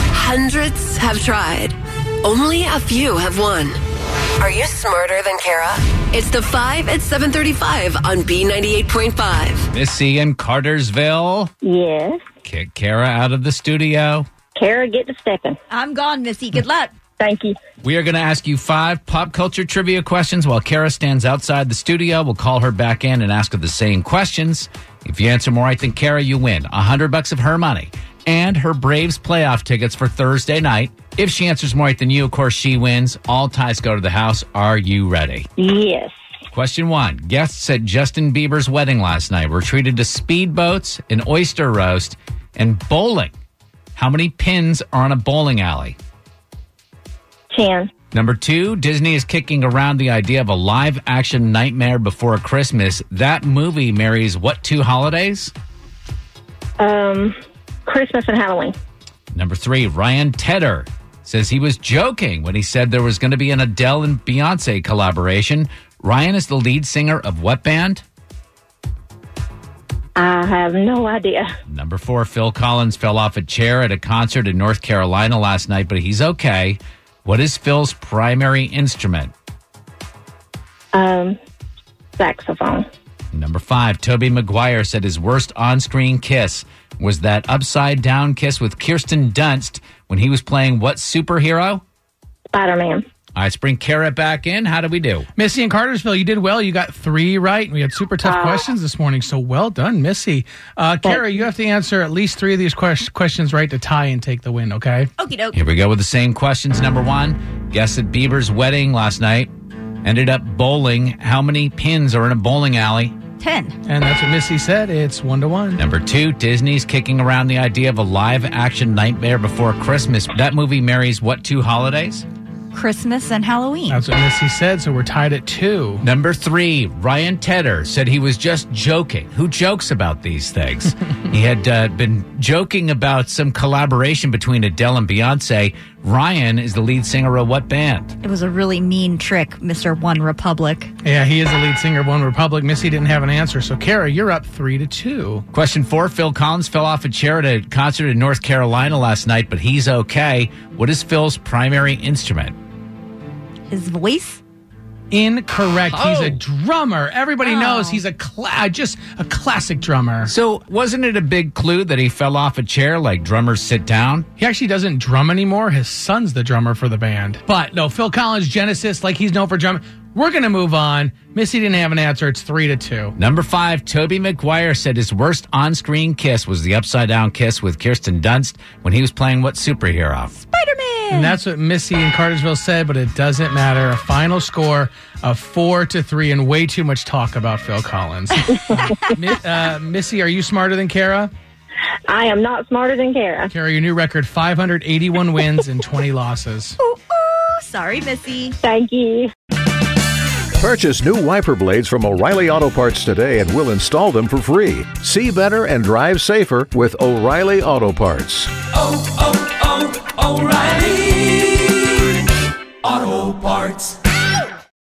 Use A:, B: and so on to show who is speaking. A: Hundreds have tried. Only a few have won. Are you smarter than Kara? It's the 5 at 735 on B98.5.
B: Missy in Cartersville.
C: Yes.
B: Kick Kara out of the studio.
C: Kara, get to stepping.
D: I'm gone, Missy. Good luck.
C: Thank you.
B: We are going to ask you five pop culture trivia questions while Kara stands outside the studio. We'll call her back in and ask her the same questions. If you answer more right than Kara, you win a hundred bucks of her money and her Braves playoff tickets for Thursday night. If she answers more right than you, of course, she wins. All ties go to the house. Are you ready?
C: Yes.
B: Question one Guests at Justin Bieber's wedding last night were treated to speedboats, an oyster roast, and bowling. How many pins are on a bowling alley?
C: Ten.
B: Number two, Disney is kicking around the idea of a live action Nightmare Before Christmas. That movie marries what two holidays?
C: Um, Christmas and Halloween.
B: Number three, Ryan Tedder says he was joking when he said there was going to be an Adele and Beyonce collaboration. Ryan is the lead singer of what band?
C: I have no idea.
B: Number four, Phil Collins fell off a chair at a concert in North Carolina last night, but he's okay. What is Phil's primary instrument?
C: Um, saxophone.
B: Number five, Toby Maguire said his worst on screen kiss was that upside down kiss with Kirsten Dunst when he was playing what superhero?
C: Spider Man.
B: All right, let's bring Kara back in. How do we do?
E: Missy in Cartersville, you did well. You got three right, and we had super tough questions this morning. So well done, Missy. Uh, Kara, you have to answer at least three of these ques- questions right to tie and take the win. Okay.
D: Okie doke.
B: Here we go with the same questions. Number one, guess at Bieber's wedding last night ended up bowling. How many pins are in a bowling alley?
D: Ten.
E: And that's what Missy said. It's one to one.
B: Number two, Disney's kicking around the idea of a live action Nightmare Before Christmas. That movie marries what two holidays?
D: Christmas and Halloween.
E: That's what Missy said. So we're tied at two.
B: Number three, Ryan Tedder said he was just joking. Who jokes about these things? he had uh, been joking about some collaboration between Adele and Beyonce. Ryan is the lead singer of what band?
D: It was a really mean trick, Mr. One Republic.
E: Yeah, he is the lead singer of One Republic. Missy didn't have an answer. So Kara, you're up three to two.
B: Question four Phil Collins fell off a chair at a concert in North Carolina last night, but he's okay. What is Phil's primary instrument?
D: His voice?
E: Incorrect. He's
B: Oh.
E: a drummer. Everybody knows he's a cla- just a classic drummer.
B: So, wasn't it a big clue that he fell off a chair like drummers sit down?
E: He actually doesn't drum anymore. His son's the drummer for the band. But no, Phil Collins, Genesis, like he's known for drumming. We're gonna move on. Missy didn't have an answer. It's three to two.
B: Number five, Toby McGuire said his worst on screen kiss was the upside down kiss with Kirsten Dunst when he was playing what superhero?
D: Spider Man!
E: And that's what Missy in Cartersville said, but it doesn't matter. A final score of four to three, and way too much talk about Phil Collins. Mi- uh, Missy, are you smarter than Kara?
C: I am not smarter than Kara.
E: Kara, your new record: 581 wins and 20 losses.
D: Sorry, Missy.
C: Thank you.
F: Purchase new wiper blades from O'Reilly Auto Parts today and we'll install them for free. See better and drive safer with O'Reilly Auto Parts.
G: oh, oh, O'Reilly. Auto Parts.